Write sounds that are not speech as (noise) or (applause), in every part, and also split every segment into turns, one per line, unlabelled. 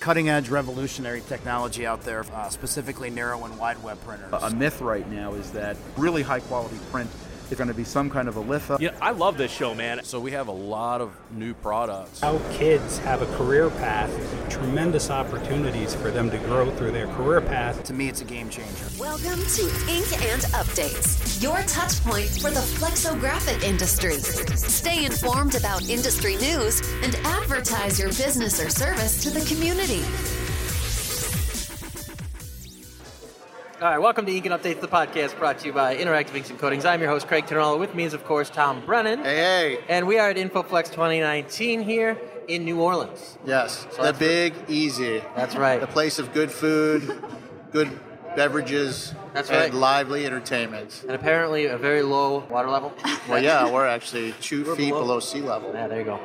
cutting edge revolutionary technology out there, uh, specifically narrow and wide web printers.
A myth right now is that really high quality print is going to be some kind of a litho.
Yeah, I love this show, man.
So we have a lot of new products.
How kids have a career path, tremendous opportunities for them to grow through their career path.
To me, it's a game changer.
Welcome to Ink and Updates, your touch point for the flexographic industry. Stay informed about industry news and advertise your business or service to the community.
All right, welcome to Ink and Updates, the podcast brought to you by Interactive Inks and Coatings. I'm your host, Craig Ternolo. With me is, of course, Tom Brennan.
Hey, hey.
And we are at InfoFlex 2019 here in New Orleans.
Yes, the big easy.
That's right.
The place of good food, good beverages,
That's
and
right.
lively entertainment.
And apparently, a very low water level. (laughs)
Well, yeah, we're actually 2
We're
feet
below-
below. sea level.
Yeah, there you go.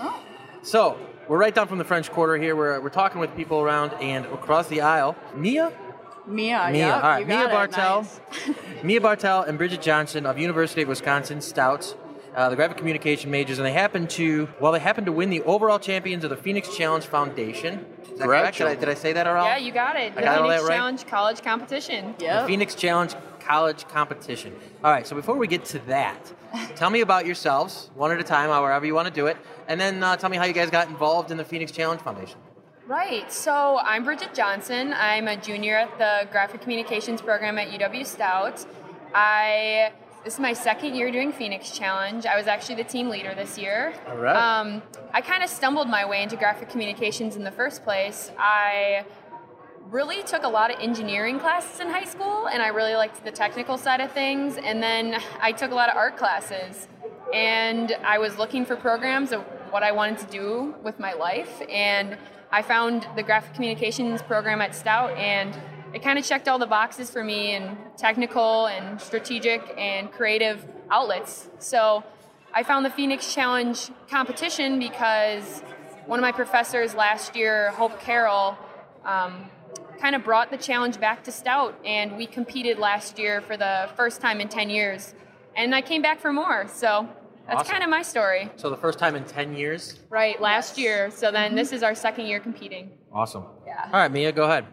Oh.
So, we're right down from the French Quarter here. We're, we're talking with people around and across the aisle. Mia?
Mia,
Mia,
yeah,
all right,
you
Mia
got it,
Bartel.
nice.
(laughs) Mia Bartel and Bridget Johnson of University of Wisconsin Stout, uh, the graphic communication majors, and they happen to well, they happen to win the overall champions of the Phoenix Challenge Foundation. Is that correct?
Correct.
Did I, did I say that all?
Yeah, you got it.
I
The
got all
Phoenix
that right?
Challenge College Competition.
The
Yep.
Phoenix Challenge College Competition. All right, so before we get to
(laughs)
that, tell me about yourselves, one at a time, however you want to do it, and then uh, tell me how you guys got involved in the Phoenix Challenge Foundation.
Right. So I'm Bridget Johnson. I'm a junior at the Graphic Communications program at UW Stout. I this is my second year doing Phoenix Challenge. I was actually the team leader this year.
All right.
Um, I kind of stumbled my way into graphic communications in the first place. I really took a lot of engineering classes in high school and I really liked the technical side of things and then I took a lot of art classes and I was looking for programs of what I wanted to do with my life and I found the graphic communications program at Stout and it kind of checked all the boxes for me and technical and strategic and creative outlets. So I found the Phoenix Challenge competition because one of my professors last year, Hope Carroll, um, kind of brought the challenge back to Stout, and we competed last year for the first time in 10 years. And I came back for more, so that's
Awesome.
kind of my story.
So the first time in ten years.
Right, last year. So then this is our second year competing.
Awesome.
Yeah.
All right, Mia, go ahead.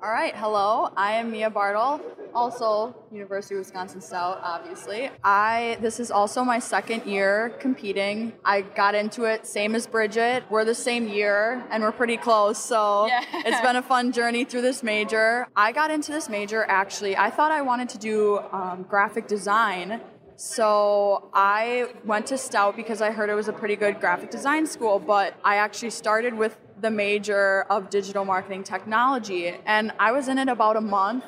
All right, hello. I am Mia Bartle, also University of Wisconsin Stout, obviously. I this is also my second year competing. I got into it same as Bridget. We're the same year and we're pretty close, so
Yeah.
(laughs) it's been a fun journey through this major. I got into this major actually. I thought I wanted to do um, graphic design. So I went to Stout because I heard it was a pretty good graphic design school, but I actually started with the major of digital marketing technology and I was in it about a month.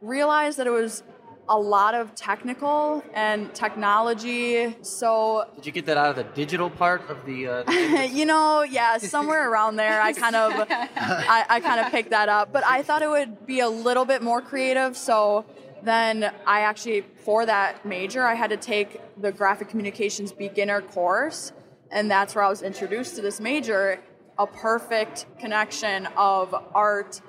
Realized that it was a lot of technical and technology. So,
Did you get that out of the digital part of the?
(laughs)
Uh,
you know, yeah, somewhere around there I kind of (laughs) I, I kind of picked that up. But I thought it would be a little bit more creative, so then I actually for that major I had to take the graphic communications beginner course and that's where I was introduced to this major, a perfect connection of art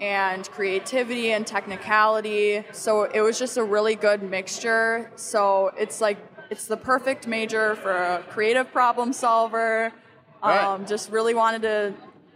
and creativity and technicality. So it was just a really good mixture. So it's like it's the perfect major for a creative problem solver.
Right.
Um, just really wanted to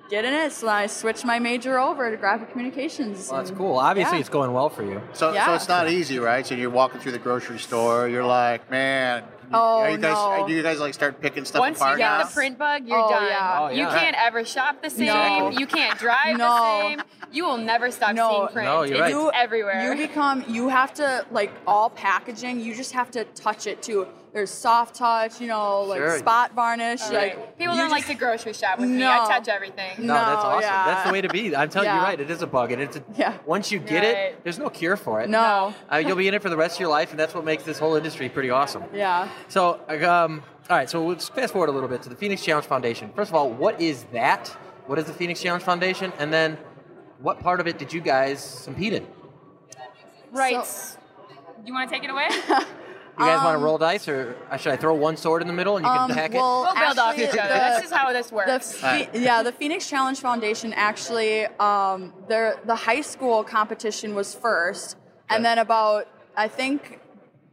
get in it, so I switched my major over to graphic communications.
well, that's
and-
cool. Obviously,
yeah.
it's going well for you.
So, so
Yeah.
it's not easy, right? So you're walking through the grocery store, you're like, man, you-
Oh,
are you guys,
no.
do you guys like start picking stuff
Once you
apart
get
now?
the print bug, you're
Oh,
done.
yeah.
Oh,
You
yeah.
can't ever shop the same.
No.
You can't drive
No.
the same. You will never stop
No.
seeing print.
No, you're
it's
right.
You-
everywhere.
You become you have to like all packaging, you just have to touch it too. There's soft touch, you know, like
Sure.
spot varnish,
Right.
like
People
you
don't
just-
like to grocery shop with me.
No.
I touch everything.
No, that's
No,
awesome.
yeah.
That's the way to be. I'm telling you,
Yeah.
right? It is a bug, and it's a,
Yeah.
Once you get it,
Right.
there's no cure for it.
No.
uh, you'll be in it for the rest of your life, and that's what makes this whole industry pretty awesome.
Yeah.
So, um, all right. So let's fast forward a little bit to the Phoenix Challenge Foundation. First of all, what is that? What is the Phoenix Challenge Foundation? And then, what part of it did you guys compete in? You
Right.
So-
you want to take it away?
guys want to
Um,
roll dice, or uh, should I throw one sword in the middle and you can
Um,
pack
well,
We'll build off
actually,
each other.
the-
this is how this
The
works.
Phe- yeah, the Phoenix Challenge Foundation actually, um, their the high school competition was first, and then about I think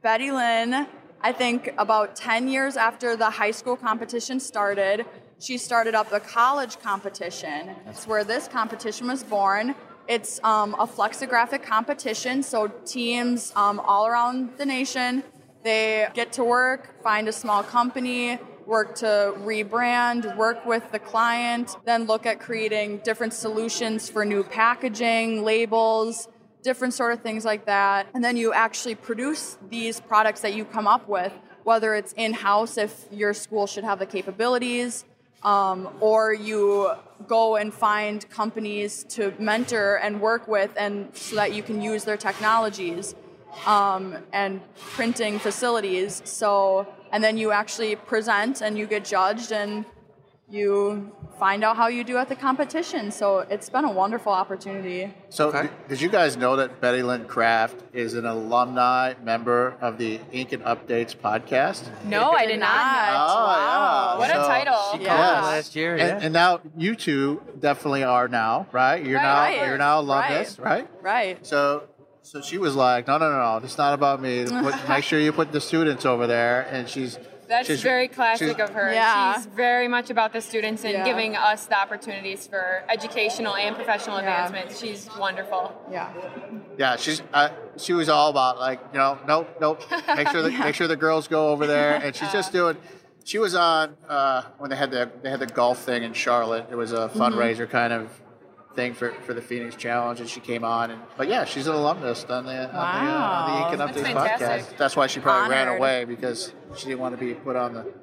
Betty Lynn, I think about ten years after the high school competition started, she started up a college competition. That's where this competition was born. It's um, a flexographic competition, so teams um, all around the nation they get to work, find a small company, work to rebrand, work with the client, then look at creating different solutions for new packaging, labels, different sort of things like that. And then you actually produce these products that you come up with, whether it's in house, if your school should have the capabilities, um, or you go and find companies to mentor and work with, and so that you can use their technologies um, and printing facilities. So, and then you actually present and you get judged and you find out how you do at the competition. So, it's been a wonderful opportunity.
So, d- did you guys know that Betty Lynn Craft is an alumni member of the Ink and Updates podcast?
No, I did not. know.
Oh,
Wow.
yeah.
What a
So-
title.
She
Yeah.
called
Yes.
us last year. yeah.
And, and now you two definitely are now, right? You're
Right,
now
right.
you're now alumnus, right?
Right.
So so she was like, no, no, no, no, it's not about
(laughs)
me. Put, make sure you put the students over there, and she's
That's
she's-
very classic
she's-
of her.
Yeah.
She's very much about the students and
Yeah.
giving us the opportunities for educational and professional
Yeah.
advancement. She's wonderful.
Yeah.
Yeah, she's uh, she was all about like you know nope nope make
(laughs)
sure the make sure the girls go over there and she's just doing. She was on uh, when they had the they had the golf thing in Charlotte. It was a
Mm-hmm.
fundraiser kind of thing for, for the Phoenix Challenge, and she came on. And but yeah, she's an alumnus on the on the, uh,
Wow.
on the Ink
That's
and Updates
fantastic.
podcast. That's why she probably ran
Honored.
away because she didn't want to be put on the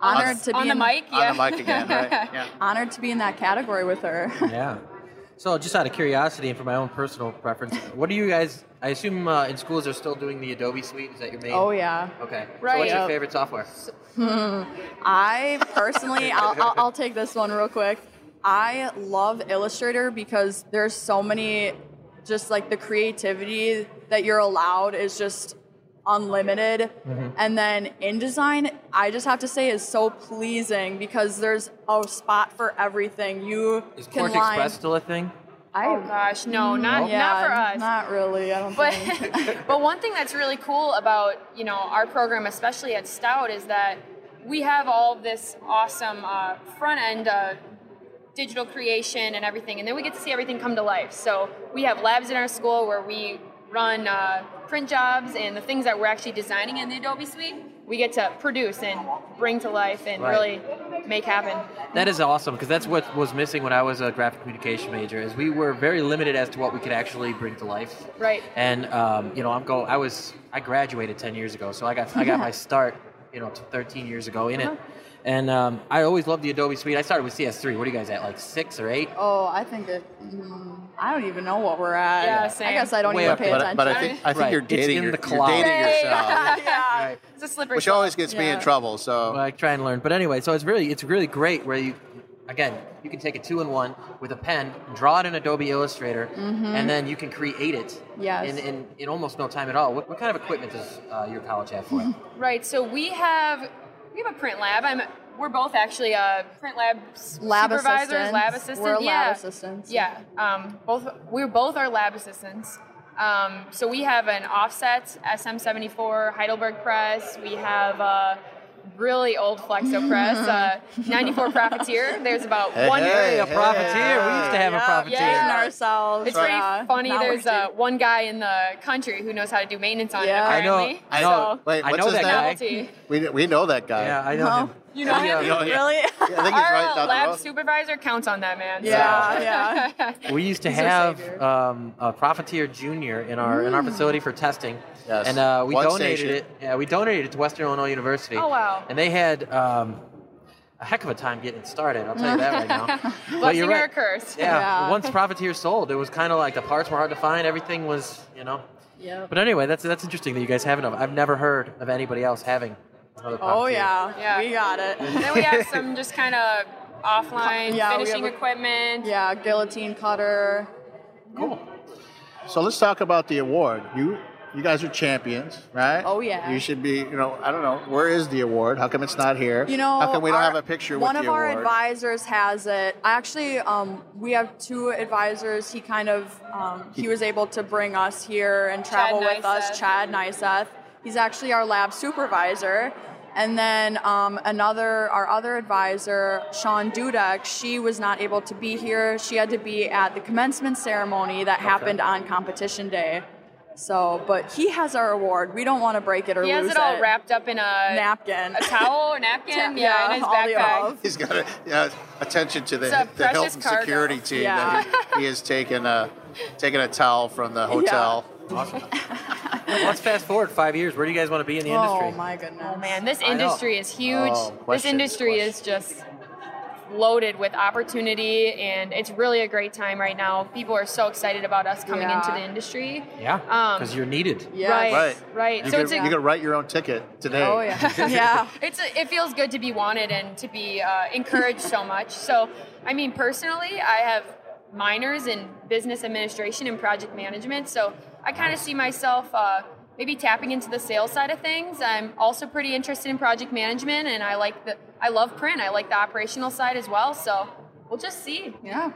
Honored to be
On the
in, (laughs)
mic, yeah.
on the mic again.
(laughs)
Right? Yeah.
Honored to be in that category
(laughs)
with her.
Yeah. So, just out of curiosity and for my own personal preference, what do you guys? I assume uh, in schools they're still doing the Adobe suite. Is that your main?
oh yeah. uh,
Okay. So,
Right.
what's
Yeah.
your favorite software?
I personally, I'll, I'll, I'll take this one real quick. I love Illustrator because there's so many, just like the creativity that you're allowed is just unlimited. And then InDesign, I just have to say, is so pleasing because there's a spot for everything. You
Is
can
Quark
line.
Express still a thing?
I,
Oh gosh, no, not
yeah,
not for us.
Not really. I don't
(laughs)
think. (laughs)
But but one thing that's really cool about you know our program, especially at Stout, is that we have all of this awesome uh, front end. Uh, digital creation and everything and then we get to see everything come to life so we have labs in our school where we run uh, print jobs and the things that we're actually designing in the adobe suite we get to produce and bring to life and
Right.
really make happen
That is awesome because that's what was missing when I was a graphic communication major. Is we were very limited as to what we could actually bring to life.
Right.
And um, you know, I'm go. I was I graduated ten years ago, so I got I got my start you know t- thirteen years ago in it. And um, I always loved the Adobe suite. I started with CS3. What are you guys at? Like six or eight?
oh, I think it. mm, I guess I don't even know what we're at.
Yeah, same.
I guess I don't
Way
even
up
pay
there.
But, but
attention.
I
(laughs)
think I think
Right.
you're
It's
dating
in
your,
the
you're
cloud.
dating
Right.
yourself,
(laughs) yeah it's a slippery
which
slope.
always gets me in
Yeah.
trouble. So
Well, I try and learn. But anyway, so it's really it's really great where you again you can take a two in one with a pen, draw it in Adobe Illustrator,
Mm-hmm.
and then you can create it
Yes.
in, in, in almost no time at all. What, what kind of equipment does uh, your college have
(laughs)
for it?
Right. So we have we have a print lab. I'm we're both actually uh, print lab s-
Lab
supervisors,
assistants.
lab assistants.
We're lab
yeah.
assistants.
Yeah. Um, both we're both our lab assistants. Um, so we have an offset SM74 Heidelberg press. We have a really old flexo press,
(laughs)
uh, 94 profiteer. There's about one.
hey,
a profiteer. We used to have a profiteer.
Yeah.
dating ourselves.
It's pretty
yeah.
funny.
Now
There's
we're
uh,
dating.
one guy in the country who knows how to do maintenance on
Yeah.
it.
I know-
Apparently.
I
know- wait,
I
what's
know
his
that
So,
name?
guy.
novelty.
we, we know that guy.
Yeah, I know (laughs)
No.
him.
You know
We,
him?
uh,
really?
I
(laughs)
think he's
Our uh,
right down
lab
the road.
supervisor counts on that man. so-
yeah,
(laughs)
yeah.
we used to
He's our
have
savior.
um, a profiteer junior in our in our facility for testing,
Yes.
and uh, we
One
donated
station.
it. Yeah, we donated it to Western Illinois University.
Oh, wow.
And they had um, a heck of a time getting it started. I'll tell you that right
(laughs)
now. but
Blessing
you're
or a
right.
curse.
Yeah.
Yeah.
Once profiteer sold, it was kind of like the parts were hard to find. Everything was, you know.
Yep.
But anyway, that's that's interesting that you guys have enough. I've never heard of anybody else having. Another
Oh
profiteer.
yeah.
Yeah.
we got it.
Then we have some just kind of offline
(laughs) Yeah, we have
finishing
a-
equipment.
yeah, guillotine cutter.
So let's talk about the award. You you guys are champions, right?
Oh, yeah.
You should be. You know, I don't know. Where is the award? How come it's not here?
You know,
how come we don't
our-
have a picture
One
with
of
the
our
award?
advisors has it. I actually, um, we have two advisors. He kind of, um, he was able to bring us here and travel with
Nyseth.
us. Chad Nyseth. He's actually our lab supervisor, And then um, another, our other advisor, Sean Dudek, she was not able to be here. She had to be at the commencement ceremony that happened on competition day. So, but he has our award. We don't want to break it or
He
lose
has it all wrapped up in a
napkin.
a towel or napkin, yeah, in his
all the
backpack.
above.
(laughs) He's got a, yeah, attention to the,
It's a
the health
precious
and
cargo.
security team.
Yeah.
That he, he has taken a taken a towel
(laughs)
from the hotel.
Let's fast forward five years. Where do you guys want to be in the
Oh
industry?
my goodness.
Oh man, this
I know.
industry is huge.
Oh,
this
questions,
industry is just loaded with opportunity, and it's really a great time right now. People are so excited about us coming
Yeah.
into the industry.
Yeah,
Um,
because you're needed.
Yes.
Right,
Right.
right.
You,
so
could,
it's a,
you could write your own ticket today.
Oh yeah. (laughs) yeah.
it's a, it feels good to be wanted and to be uh, encouraged so much. So, I mean, personally, I have minors in business administration and project management. So, I kind of see myself uh, maybe tapping into the sales side of things. I'm also pretty interested in project management, and I like the I love print. I like the operational side as well. (laughs) So, we'll just see.
Yeah.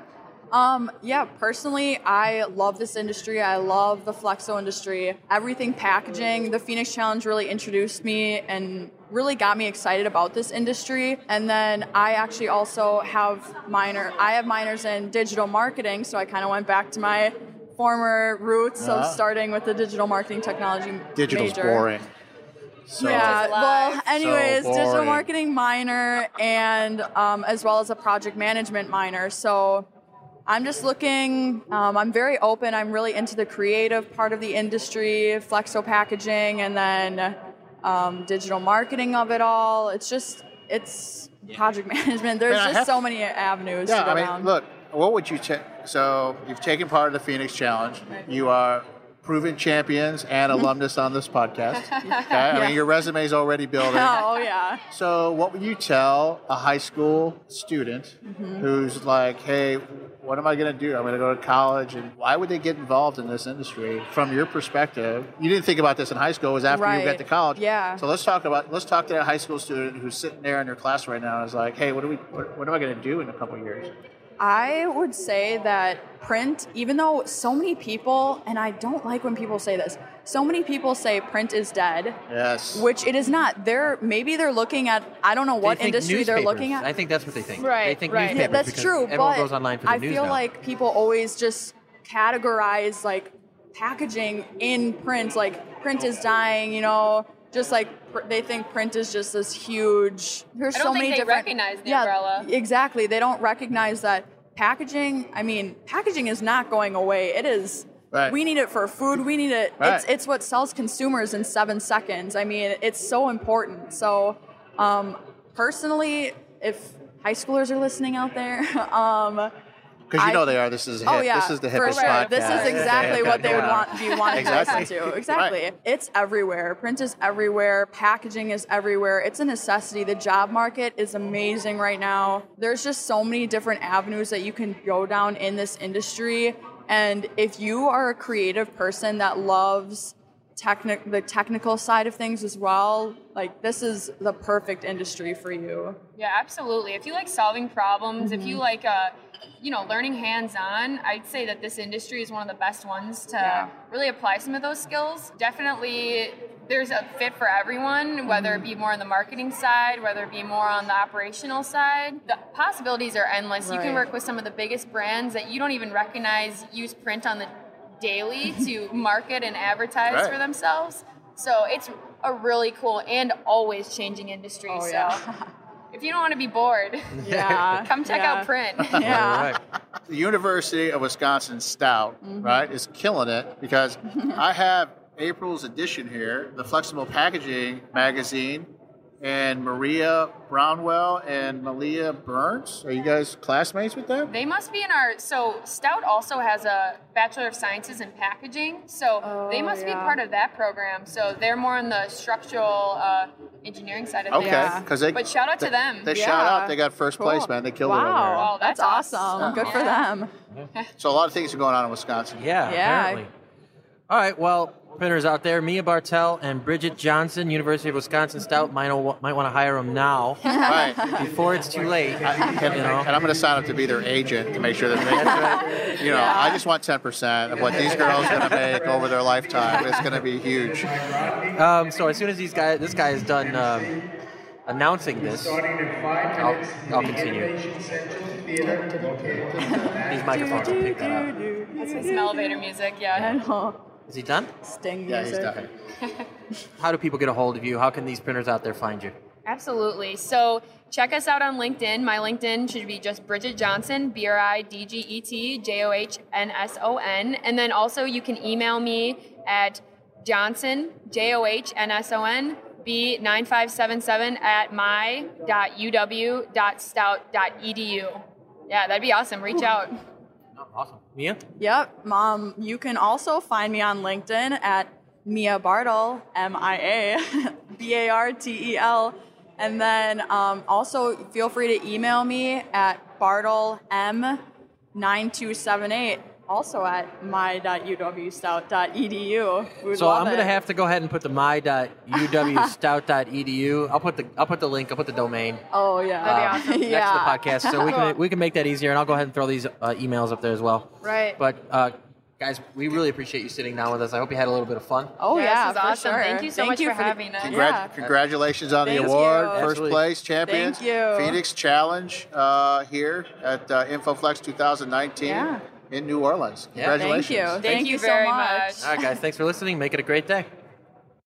Um, yeah, personally, I love this industry. I love the Flexo industry. Everything packaging, the Phoenix Challenge really introduced me and really got me excited about this industry. And then I actually also have minor I have minors in digital marketing, so I kind of went back to my former roots of starting with the digital marketing technology
Digital's
major.
boring. So
yeah.
Digital's
Well,
live.
anyways,
So
digital
boring.
marketing minor and um, as well as a project management minor. So I'm just looking. Um, I'm very open. I'm really into the creative part of the industry, flexo packaging, and then um, digital marketing of it all. It's just it's project (laughs) management. There's
Man, I
just
have-
so many avenues
Yeah,
to go
I mean,
down.
look, what would you take? So you've taken part of the Phoenix Challenge. You are proven champions
(laughs)
and alumnus on this podcast. Okay? I mean, your resume's already building.
Oh yeah.
So what would you tell a high school student
Mm-hmm.
who's like, hey, what am I going to do? I'm going to go to college. And why would they get involved in this industry from your perspective? You didn't think about this in high school. It was after you
Right.
got to college.
Yeah.
So let's talk about, let's talk to that high school student who's sitting there in their class right now and is like, hey, what do we, what, what am I going to do in a couple years?
I would say that print, even though so many people, and I don't like when people say this, so many people say print is dead,
Yes.
which it is not. They're maybe they're looking at I don't know what
They think
industry they're
newspapers.
looking at.
I think that's what they think. They
Right,
think
right.
newspapers
That's
because
true,
Everyone
but
goes online for the
I
news
feel
now.
like people always just categorize like packaging in print, like print is dying, you know. Just like pr- they think print is just this huge. There's
I don't
so
think
many
they
different.
recognize the
yeah,
umbrella.
exactly. They don't recognize that packaging. I mean, packaging is not going away. It is.
Right.
We need it for food. We need it. It's
Right.
it's what sells consumers in seven seconds. I mean, it's so important. So, um, personally, if high schoolers are listening out there, (laughs) um,
Because you
I-
know they are. This is hip,
oh yeah,
this is the
for
hippest
sure.
podcast.
This is exactly what they would want be wanting
Exactly. (laughs)
to listen to. Exactly. It's everywhere. Print is everywhere. Packaging is everywhere. It's a necessity. The job market is amazing right now. There's just so many different avenues that you can go down in this industry. And if you are a creative person that loves technic the technical side of things as well, like this is the perfect industry for you.
Yeah, absolutely. If you like solving problems, if you
Mm-hmm.
like, uh, you know, learning hands-on, I'd say that this industry is one of the best ones to
Yeah.
really apply some of those skills. Definitely, there's a fit for everyone, whether
Mm-hmm.
it be more on the marketing side, whether it be more on the operational side. The possibilities are endless. You can
Right.
work with some of the biggest brands that you don't even recognize use print on the
(laughs)
daily to market and advertise
Right.
for themselves. So it's a really cool and always changing industry.
Oh,
so (laughs)
yeah.
if you don't want to be
(laughs)
bored,
Yeah.
(laughs) come check
Yeah.
out
(laughs)
print.
Yeah.
Right.
the University of Wisconsin Stout,
Mm-hmm.
right, is killing it because
(laughs)
I have April's edition here, the Flexible Packaging magazine, and Maria Brownwell and Malia Burns. Are you guys classmates with them?
they must be in our so Stout also has a Bachelor of Sciences in Packaging, so they must be
Oh, yeah.
part of that program. So they're more on the structural uh, engineering side of
Okay,
things.
Yeah.
because they.
But shout out to them.
They shout
Yeah.
out. They got first
Cool.
place, man. They killed it
Wow,
Wow,
that's,
that's
awesome.
awesome.
Good for
Yeah.
them.
over there. So a lot of things are going on in Wisconsin.
Yeah,
(laughs) Yeah.
apparently. All right, well, printers out there, Mia Bartel and Bridget Johnson, University of Wisconsin Stout, might, o- might want to hire them
(laughs)
now
All right.
before it's too late.
And,
(laughs) you know?
and I'm going to sign up to be their agent to make sure that they, you know, I just want 10% of what these girls are going to make over their lifetime. It's going to be huge.
Um, so as soon as these guys, this guy is done um, announcing this. I'll, I'll
(laughs)
continue. These microphones will pick that up.
That's some elevator music,
I
yeah.
know.
Is he done?
Sting music.
Yeah, he's
(laughs)
done.
How do people get a hold of you? How can these printers out there find you?
Absolutely. So check us out on LinkedIn. My LinkedIn should be just Bridget Johnson, B R I D G E T J O H N S O N. And then also you can email me at Johnson, J O H N S O N, B9577 at my.uw.stout.edu. E Yeah, that'd be awesome. Reach out.
awesome. Mia?
Yep, mom. You can also find me on LinkedIn at Mia Bartle, M I A (laughs) B A R T E L. And then um, also feel free to email me at bartlem9278, also at E my.uwstout.edu. We'd
So
love
I'm
it.
gonna have to go ahead and put the my.uwstout.edu. e I'll put the I'll put the link. I'll put the domain. uh,
Oh, yeah.
That'd
(laughs)
be awesome.
yeah.
next to the podcast, so we
(laughs)
can we can make that easier. And I'll go ahead and throw these uh, emails up there as well.
Right.
But uh, guys, we really appreciate you sitting down with us. I hope you had a little bit of fun.
Oh,
Yeah,
yeah.
this is
for
awesome.
sure.
Thank you so much for
the-
having us.
Congrat-
Yeah.
Congratulations on
Thank
the award,
you.
first
Absolutely.
place champions.
Thank you.
Phoenix Challenge uh, here at uh, InfoFlex 2019
Yeah.
in New Orleans.
Yeah.
Congratulations.
Thank you. Thank,
Thank you
you so
very
much.
much.
All right, guys, thanks for listening. Make it a great day.